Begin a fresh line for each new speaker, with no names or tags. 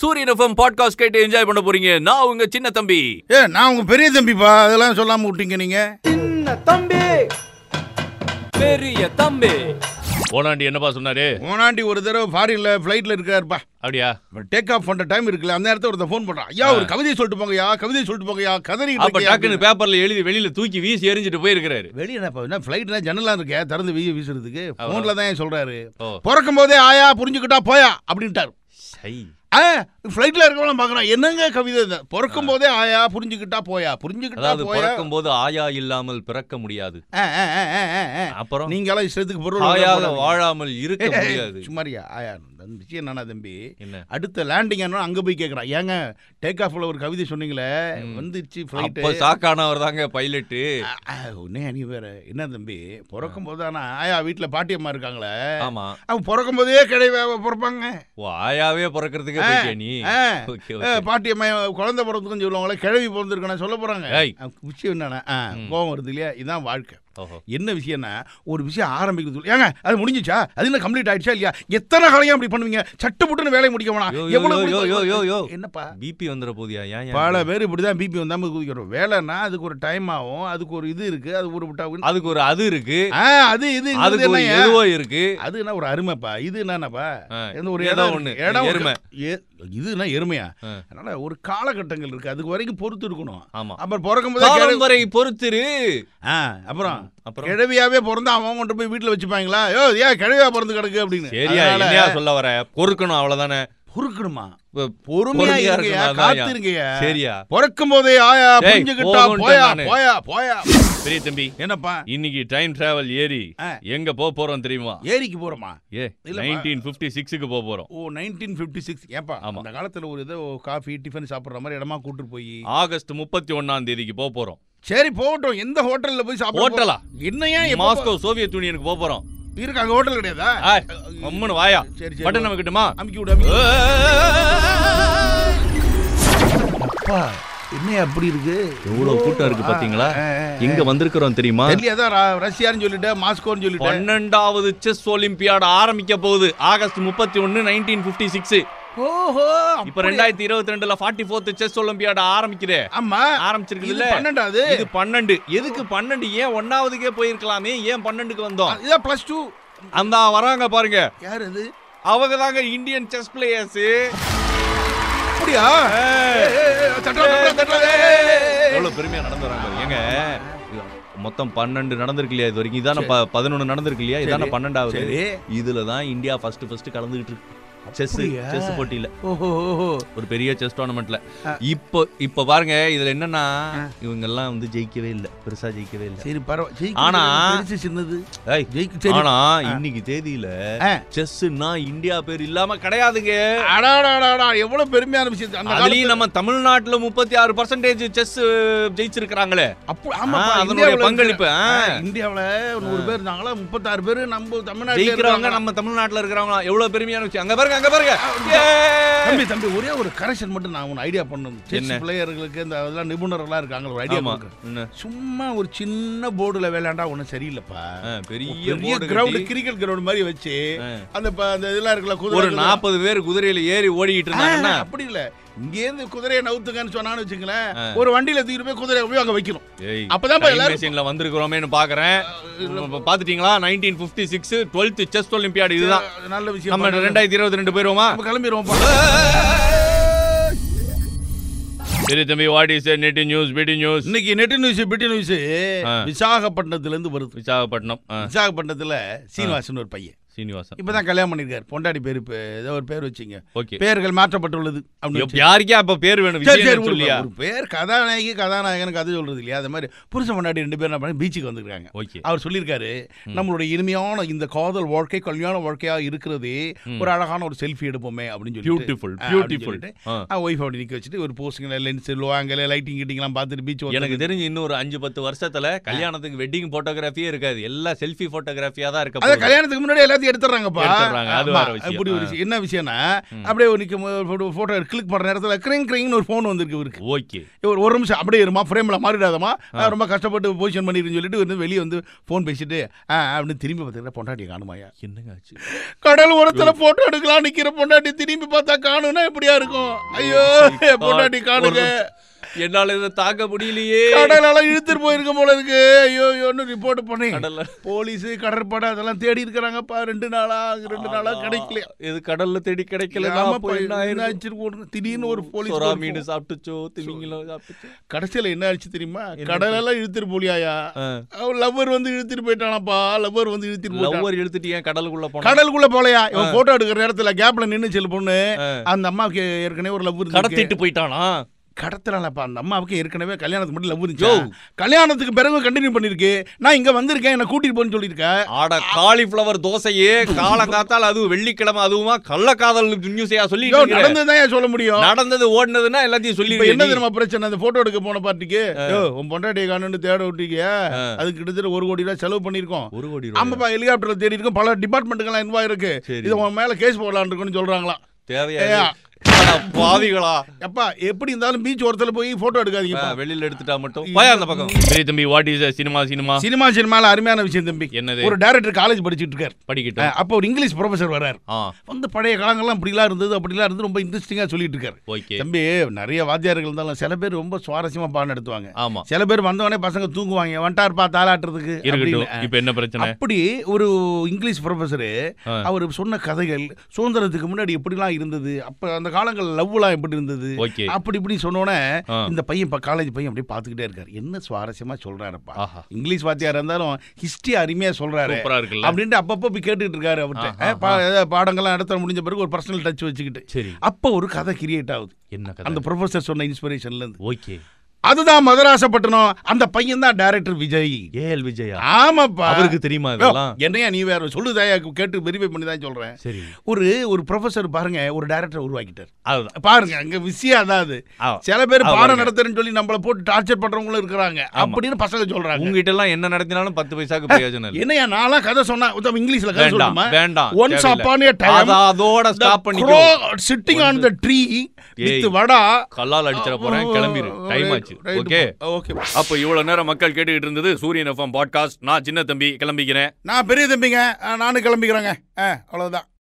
சூரியன் FM podcast கேட்டு enjoy பண்ண போறீங்க நான் உங்க சின்ன தம்பி
ஏ நான் உங்க பெரிய தம்பிப்பா அதெல்லாம் சொல்லாம விட்டீங்க நீங்க
பெரிய தம்பி போனாண்டி என்னப்பா சொன்னாரு
ஓனாண்டி ஒரு தடவை ஃபாரின்ல ஃபிளைட்ல இருக்காருப்பா
அப்படியா
டேக் ஆஃப் பண்ற டைம் இருக்குல்ல அந்த நேரத்துல ஒருத்த ஃபோன் பண்றான் ஐயா ஒரு கவிதையை சொல்லிட்டு போங்கயா கவிதையை சொல்லிட்டு போங்கயா கதறி
அப்ப டக்குன்னு பேப்பர்ல எழுதி வெளியில தூக்கி வீசி எரிஞ்சிட்டு போயிருக்கிறாரு
வெளியே என்ன என்ன ஃபிளைட்ல ஜன்னலா இருக்கே திறந்து வீ வீசுறதுக்கு ஃபோன்ல தான் ஏன் சொல்றாரு
ஓ.
பிறக்கும் போதே ஆயா புரிஞ்சுக்கிட்டா போயா அப்படின்ட்டாரு
சை
ஆ ஃபிளைட்ல இருக்கவெல்லாம் பார்க்கறான் என்னங்க கவிதை இது? பிறக்கும் போதே ஆயா புரிஞ்சுக்கிட்டா போயா புரிஞ்சுக்கிட்டா
அதாவது
போயா
பிறக்கும் போது ஆயா இல்லாமல் பிறக்க முடியாது
ஆ, ஆ, ஆ, ஆ, ஆ, ஆ.
அப்புறம்
நீங்க எல்லாம் இஷ்டத்துக்கு பொருள்
ஆயாக
போடாதீங்க.
வாழாமல் இருக்க முடியாது
சும்மாரியா ஆயா அந்த விஷயம் என்னன்னா தம்பி
என்ன
அடுத்த லேண்டிங் ஆனால் அங்கே போய் கேட்குறான் ஏங்க டேக் ஆஃப்ல ஒரு கவிதை சொன்னீங்களே வந்துருச்சு ஃப்ளைட்டு
அப்ப சாக்கானவர் தாங்க பைலட்டு
உன்னே நீ வேற என்ன தம்பி பிறக்கும் போது தானே ஆயா வீட்டில் பாட்டியம்மா இருக்காங்களே
ஆமா
அவங்க பிறக்கும் போதே கிடையா பிறப்பாங்க
ஓ ஆயாவே பிறக்கிறதுக்கு போயிட்டியா நீ
ஆ.
ஓகே
ஆ,
ஓகே
பாட்டியம்மா குழந்தை பிறந்துக்குன்னு சொல்லுவாங்களே கிழவி பிறந்திருக்கணும் சொல்ல போகிறாங்க
ஏய்.
விஷயம் என்னன்னா ஆ, கோவம் வருது இல்லையா இதுதான் வாழ்க்கை
ஓஹோ
என்ன விஷயம்னா ஒரு விஷயம் ஆரம்பிக்கிறது சொல்லி, ஏங்க அது முடிஞ்சுச்சா அது என்ன கம்ப்ளீட் ஆயிடுச்சா இல்லையா எத்தனை காலையும் அப்படி பண்ணுவீங்க சட்டு புட்டுன்னு வேலையை முடிக்க வேணாம்
யோ, யோ,
எவ்வளவு
யோ, யோ, யோ, யோ.
கொடுத்து- என்னப்பா
பிபி வந்துட போதியா ஏன் ஏன்
பல பேர் இப்படி தான் பிபி வந்தாமல் குதிக்கிறோம் வேலைன்னா அதுக்கு ஒரு டைம் ஆகும் அதுக்கு ஒரு இது இருக்கு அது ஒரு விட்டா-
அதுக்கு ஒரு அது இருக்கு
ஆ அது இது
அதுக்கு ஒரு
என்னய்யா?
எதுவோ இருக்கு
அது என்ன ஒரு அருமைப்பா இது என்னப்பா
ஆ,
எந்த ஒரு
ஏதோ
இடம்
ஒண்ணு.
இருக்கு. இடம்
எருமை.
இருக்கு. ஏ- இதுன்னா எருமையா
ஆ.
அதனால ஒரு காலகட்டங்கள் இருக்கு அதுக்கு வரைக்கும் பொறுத்து இருக்கணும்
ஆமா
அப்புறம் பிறக்கும்
காலம்
போது
வரை பொறுத்திரு
அப்புறம்
அப்புறம்
கிழவியாவே பிறந்தா அவன் கொண்டு போய் வீட்டுல வச்சுப்பாங்களா யோ ஏன் கிழவியா பிறந்து கிடக்கு அப்படின்னு
சரியா
அதனால
என்னையா சொல்ல வர பொறுக்கணும் அவ்வளவுதானே
பொறுக்கணுமா
பொ-
பொறுமையா
பொறுமையா
இருங்கயா
இருக்கணும், அதான்யா.
காத்திருங்கயா
சரியா
பிறக்கும் போதே ஆயா
டேய்,
புரிஞ்சுக்கிட்டா
போகும்டா
போயா
நானு.
போயா போயா
பெரிய தம்பி
என்னப்பா
இன்னைக்கு டைம் டிராவல் ஏறி
ஆ.
எங்க போக போறோம் தெரியுமா
ஏரிக்கு போறோமா
ஏ
இல்லப்பா.
நைன்டீன் பிப்டி சிக்ஸுக்கு போக போறோம்
ஓ நைன்டீன் ஃபிஃப்டி சிக்ஸ் ஏப்பா
ஆமா.
அந்த காலத்துல ஒரு ஏதோ காஃபி டிஃபன் சாப்பிடுற மாதிரி இடமா கூட்டு போய்
ஆகஸ்ட் முப்பத்தி ஒன்னாம் தேதிக்கு போக போறோம்
சரி போகட்டும் எந்த ஹோட்டல்ல போய் சாப்பிட
ஹோட்டலா?
போறோம்? என்னையா எப்ப
மாஸ்கோ சோவியத் யூனியனுக்கு போக போறோம்
போ- இருக்கு அங்க ஹோட்டல் கிடையாதா
ஆய், கம்முனு வாயா
சரி, சரி.
பட்டன் நமக்கிட்டுமா
அமுக்கி விடு அமுக்கி அப்பா என்னையா அப்படி இருக்கு
எவ்வளவு கூட்டம் இருக்கு பாத்தீங்களா
ஆ, ஆ, ஆ.
எங்க வந்திருக்கிறோம் தெரியுமா
டெல்லியா தான் ரா- ரஷ்யான்னு சொல்லிட்டு மாஸ்கோன்னு சொல்லிட்டு
பன்னெண்டாவது செஸ் ஒலிம்பியாட் ஆரம்பிக்க போகுது ஆகஸ்ட் முப்பத்தி ஒன்னு நைன்டீன் பிப்டி சிக்ஸ்
ஓஹோ
இப்ப ரெண்டாயிரத்தி இருபத்தி ரெண்டுல ஃபார்ட்டி ஃபோர்த் செஸ் ஒலிம்பியாட் ஆரம்பிக்குதே
ஆமா
ஆரம்பிச்சிருக்குது
இது
இல்ல
பன்னெண்டாவது
இது பன்னெண்டு எதுக்கு பன்னெண்டு ஏன் ஒன்னாவதுக்கே போயிருக்கலாமே ஏன் பன்னெண்டுக்கு வந்தோம்
இதான் பிளஸ் டூ
அந்த வராங்க பாருங்க
யார் அது
அவங்க தாங்க இந்தியன் செஸ் பிளேயர்ஸ்
அப்படியா ஏய், ஏய், ஏய், தட்டுடா, தட்டுடா, தட்டுடா, ஏய், ஏய், ஏய்.
எவ்வளவு பெருமையா நடந்து வராங்க பாருங்க. ஏங்க இது மொத்தம் பன்னெண்டு நடந்திருக்கு இல்லையா இது வரைக்கும் இதான பதினொன்னு நடந்திருக்கு இல்லையா இதான
சரி.
பன்னெண்டாவது
சரி.
இதுல தான் இந்தியா ஃபர்ஸ்ட் ஃபர்ஸ்ட் கலந்துகிட்டு இருக்கு செஸ்
அப்படியா?
செஸ் போட்டியில
ஓஹோ ஓஹோ
ஒரு பெரிய செஸ் டோர்னமெண்ட்ல
ஆ.
இப்போ இப்போ பாருங்க இதுல என்னன்னா இவங்க எல்லாம் வந்து ஜெயிக்கவே இல்ல பெருசா ஜெயிக்கவே இல்ல
சரி பரவாயில்ல
ஆனா-
பெருசு சின்னது
ஏய்,
ஜெயிக்க சரி
ஆனா இன்னைக்கு தேதியில
ஆ.
செஸ்னா இந்தியா பேர் இல்லாம கிடையாதுங்க
அடாடாடாடா எவ்வளவு பெருமையான விஷயம் அந்த
அதுலயும்
காலத்துல
நம்ம தமிழ்நாட்டுல முப்பத்தி ஆறு பர்சன்டேஜ் செஸ் ஜெயிச்சிருக்கிறாங்களே
அப்ப ஆமா
ஆ, அதனுடைய பங்களிப்பு, ஆ.
இந்தியாவுல நூறு பேர் இருந்தாங்களா முப்பத்தாறு பேரு நம்ம தமிழ்நாட்டுல
ஜெயிக்கிறவங்க
இருக்கிறவங்க
நம்ம தமிழ்நாட்டுல இருக்கிறவங்க எவ்வளவு பெருமையான விஷயம் அங்க பாருங்க அங்க பாருங்க ஏ!
தம்பி தம்பி ஒரே ஒரு கரெக்ஷன் மட்டும் நான் உன் ஐடியா பண்ணணும் செஸ்
என்ன?
பிளேயர்களுக்கு இந்த அதெல்லாம் நிபுணர்களா இருக்காங்க ஒரு ஐடியா
ஆமா
கொடுக்குறேன்.
என்ன?
சும்மா ஒரு சின்ன போர்டுல விளையாண்டா ஒண்ணும் சரியில்லைப்பா
ஆ, பெரிய
பெரிய
board
கிரவுண்ட்
கட்டி,
கிரிக்கெட் கிரவுண்ட் மாதிரி வச்சு
ஆ.
அந்த ப- அந்த இதெல்லாம் இருக்குல்ல குதிரை
ஒரு
இதெல்லாம்.
நாற்பது பேர் குதிரையில ஏறி ஓடிக்கிட்டு இருந்தாங்கன்னா
ஆ, அப்படி இல்ல இங்க இருந்து குதிரையை நவுத்துங்கன்னு சொன்னான்னு வச்சுங்களேன் ஒரு வண்டியில தூக்கிட்டு போய் குதிரையை போய் அங்க வைக்கணும்
ஏய்,
அப்பதான்
time
எல்லாரும்
machineல வந்திருக்கிறோமேன்னு பாக்குறேன் இப்ப பாத்துட்டீங்களா 1956 12th செஸ் ஒலிம்பியாட் இதுதான்
நல்ல விஷயம்
நம்ம
பண்ணணும்.
ரெண்டாயிரத்தி இருபத்தி ரெண்டு போயிருவோமா
நம்ம கிளம்பிடுவோம்
சரி தம்பி வாட் இஸ் நெட் நியூஸ் பிடி நியூஸ்
இன்னைக்கு நெட் நியூஸ் பிடி நியூஸ்
ஆ.
விசாகப்பட்டினத்துல இருந்து வருது
விசாகப்பட்டினம் ஆ,
விசாகப்பட்டினத்துல சீனிவாசன் ஒரு பையன்
சீனிவாசன்
இப்பதான் கல்யாணம் பண்ணிருக்காரு பொண்டாடி பேரு இப்ப ஏதோ ஒரு பேர் வச்சீங்க
ஓகே
பேர்கள் மாற்றப்பட்டுள்ளது அப்படின்னு வச்சு.
யாருக்கே அப்ப பேர் வேணும்
சரி சரி
விஜயன்
விடுப்பா.
சொல்லியா
ஒரு பேர் கதாநாயகி கதாநாயகன் கதை சொல்றது இல்லையா அது மாதிரி புருஷன் பொண்டாடி ரெண்டு பேரும் என்ன பண்ணி பீச்சுக்கு வந்திருக்காங்க
ஓகே
அவர் சொல்லியிருக்காரு நம்மளுடைய இனிமையான இந்த காதல் வாழ்க்கை கல்யாண வாழ்க்கையா இருக்கிறது ஒரு அழகான ஒரு செல்ஃபி எடுப்போமே அப்படின்னு சொல்லிட்டு
பியூட்டிஃபுல்
ஆ, அப்படின்னு
பியூட்டிஃபுல்
சொல்லிட்டு, ஒய்ஃப் அப்படி நிக்க வச்சுட்டு ஒரு போஸ்டிங்ல லென்ஸ் லோ ஆங்கிள் லைட்டிங் கிட்டிங்லாம் பார்த்துட்டு பீச்
எனக்கு தெரிஞ்சு இன்னும் ஒரு அஞ்சு பத்து வருஷத்துல கல்யாணத்துக்கு வெட்டிங் போட்டோகிராஃபியே இருக்காது எல்லா செல்ஃபி போட்டோகிராஃபியா தான் இருக்க
அத
போகுது.
கல்யாணத்துக்கு முன்னாடி எல்லாத்தையும் எடுத்து எடுத்துறாங்கப்பா
எடுத்துடுறாங்க, அது வேற விஷயம்.
இப்படி ஒரு விஷயம் என்ன விஷயம்னா
ம்.
அப்படியே ஒரு நிக்கும் போட்டோ கிளிக் பண்ற இடத்துல கிரிங் கிரிங்னு ஒரு ஃபோன் வந்திருக்கு இவருக்கு
ஓகே
ஒரு ஒரு நிமிஷம் அப்படியே இருமா ஃப்ரேம்ல மாறிடாதமா நான் ரொம்ப கஷ்டப்பட்டு பொசிஷன் பண்ணிருக்கேன்னு சொல்லிட்டு வந்து வெளியே வந்து ஃபோன் பேசிட்டு ஆ அப்படின்னு திரும்பி பார்த்துக்கிற பொண்டாட்டி காணுமாயா
என்னங்க ஆச்சு
கடல் ஓரத்துல போட்டோ எடுக்கலாம் நிக்கிற பொண்டாட்டி திரும்பி பார்த்தா காணும்னா எப்படியா இருக்கும் ஐயோ என் பொண்டாட்டி காணுங்க
என்னால இதை தாக்க முடியலையே
கடலால இழுத்துட்டு போயிருக்க போல இருக்கு ஐயோ ஐயோன்னு ரிப்போர்ட் பண்ணி
கடல்ல
போலீஸ் கடற்படை அதெல்லாம் தேடி இருக்கிறாங்கப்பா ரெண்டு நாளா ரெண்டு நாளா கிடைக்கல
இது கடல்ல தேடி கிடைக்கல நாம போய் என்ன ஆயிரும்
திடீர்னு ஒரு
சொறா
போலீஸ்
மீன் சாப்பிட்டுச்சோ திமிங்கலம் சாப்பிட்டுச்சோ
கடைசியில என்ன ஆச்சு தெரியுமா கடலெல்லாம் இழுத்துட்டு போலியாயா லவ்வர் வந்து இழுத்துட்டு போயிட்டானாப்பா லவ்வர் வந்து இழுத்துட்டு போயிட்டான்
லவ்வர் இழுத்துட்டு ஏன் கடலுக்குள்ள போனா
கடலுக்குள்ள போலையா இவன் போட்டோ எடுக்கிற இடத்துல கேப்ல நின்னு செல்லு பொண்ணு அந்த அம்மாவுக்கு ஏற்கனவே ஒரு லவ் இருக்கு
கடத்திட்டு போயிட்டானா
கடத்தலாம்லப்பா அந்த அம்மாவுக்கு ஏற்கனவே கல்யாணத்துக்கு மட்டும் லவ்
யோ.
இருந்துச்சு கல்யாணத்துக்கு பிறகு கண்டினியூ பண்ணிருக்கு நான் இங்க வந்திருக்கேன் என்ன கூட்டிட்டு போன்னு சொல்லியிருக்க
ஆட காலிஃப்ளவர் தோசையே கால காத்தால் அதுவும் வெள்ளிக்கிழமை அதுவுமா கள்ளக்காதல் நியூஸையா சொல்லி
யோ, நடந்ததுதான் ஏன் சொல்ல முடியும்
நடந்தது ஓடுனதுன்னா எல்லாத்தையும்
இப்ப
சொல்லி
என்ன தெரியுமா பிரச்சனை அந்த போட்டோ எடுக்க போன பார்ட்டிக்கு யோ, உன் பொண்டாட்டியை காணுன்னு தேட விட்டீங்க அதுக்கு கிட்டத்தட்ட ஒரு கோடி ரூபாய் செலவு பண்ணிருக்கோம்
ஒரு கோடி ரூபாய்
ஆமாப்பா ஹெலிகாப்டர்ல தேடி இருக்கோம் பல டிபார்ட்மெண்ட்டுக்கெல்லாம் இன்வா இருக்கு
சரி
இது உன் மேல கேஸ் போடலான்னு இருக்குன்னு சொல்றாங்களாம்
தேவையா
ஏயா.
இது? அட பாவிகளா
அப்பா எப்படி இருந்தாலும் பீச் ஓரத்துல போய் போட்டோ எடுக்காதீங்க
ஆ, வெளியில எடுத்துட்டா மட்டும் பயா அந்த பக்கம் பெரிய தம்பி what is cinema cinema
cinema சினிமால அருமையான விஷயம் தம்பி
என்னது
ஒரு டைரக்டர் காலேஜ் படிச்சிட்டு இருக்காரு
படிக்கிட்டா
அஹ், அப்போ ஒரு இங்கிலீஷ் ப்ரொஃபசர் வராரு
ஆ
வந்து பழைய காலங்கள்லாம் இப்படிலாம் இருந்தது அப்படிலாம் இருந்து ரொம்ப இன்ட்ரெஸ்டிங்கா சொல்லிட்டு இருக்காரு
ஓகே
தம்பி நிறைய வாத்தியார்கள் இருந்தாலும் சில பேர் ரொம்ப சுவாரஸ்யமா பாடம் எடுத்துவாங்க
ஆமா
சில பேர் வந்தவொடனே பசங்க தூங்குவாங்க வண்டார்ப்பா தாளாட்டுறதுக்கு அப்படின்னு.
இருக்கட்டும் இப்போ என்ன பிரச்சனை
அப்படி ஒரு இங்கிலீஷ் ப்ரொஃபஸரு
ஆ.
அவர் சொன்ன கதைகள் சுதந்திரத்துக்கு முன்னாடி எப்படிலாம் இருந்தது அப்ப அந்த காலங்கள் லவ்லாம் எப்படி இருந்தது
ஓகே
அப்படி இப்படி சொன்னோன்னே
ஆ.
இந்த பையன் இப்போ காலேஜ் பையன் அப்படியே பார்த்துக்கிட்டே இருக்காரு என்ன சுவாரஸ்யமா சொல்றாருப்பா
ஆஹா
இங்கிலீஷ் வாத்தியார் இருந்தாலும் ஹிஸ்டரி அருமையா சொல்றாரு
சூப்பரா இருக்குல்ல
அப்படின்ட்டு அப்பப்போ போய் கேட்டுட்டு இருக்காரு அவர்கிட்ட
ஆஹா.
அஹ், பா- ஏதாவது பாடங்கள்லாம் நடத்த முடிஞ்ச பிறகு ஒரு பர்சனல் டச் வச்சுக்கிட்டு
சரி
அப்போ ஒரு கதை கிரியேட் ஆகுது
என்ன
அந்த
கதை
ப்ரொஃபஸர் சொன்ன இன்ஸ்பிரேஷன்ல இருந்து
ஓகே
அதுதான் மதராசப்பட்டினம் அந்த பையன் தான் டைரக்டர் விஜய்
ஏஎல் விஜயா
ஆமாப்பா
அவருக்கு தெரியுமா இதெல்லாம்
என்னையா நீ வேற சொல்லுதாயா கேட்டு வெரிஃபை பண்ணி தான் சொல்றேன்
சரி
ஒரு ஒரு ப்ரொஃபஸர் பாருங்க ஒரு டைரக்டர் உருவாக்கிட்டார்
அதுதான்
பாருங்க அங்க விஷயம் அதான் அது
ஆ.
சில பேர்
ஆ,
பாடம்
பாருங்க.
நடத்துறேன்னு சொல்லி நம்மள போட்டு டார்ச்சர் பண்றவங்களும் இருக்கிறாங்க அப்படின்னு பசங்க சொல்றாங்க
உங்ககிட்ட எல்லாம் என்ன நடத்தினாலும் பத்து பைசாக்கு பிரயோஜனம் இல்லை
என்னையா நான்லாம் கதை சொன்னா உத்தம் இங்கிலீஷ்ல கதை
வேண்டாம்
சொல்லுமா
வேண்டாம்
ஒன்ஸ்
தேவையில்ல.
அப்பான் ஏ டைம்
அத அதோட ஸ்டாப் பண்ணிக்கோ
sitting on the tree with vada
கல்லால் அடிச்சிட போறேன் கிளம்பிரு டைம் ஆச்சு ஓகே
ஓகே
அப்போ இவ்வளவு நேரம் மக்கள் கேட்டுக்கிட்டு இருந்தது சூரியன் எஃப்எம் பாட்காஸ்ட் நான் சின்ன தம்பி கிளம்பிக்கிறேன்
நான் பெரிய தம்பிங்க ஆ, நானும் கிளம்பிக்கிறேங்க ஆ, அவ்வளவுதான்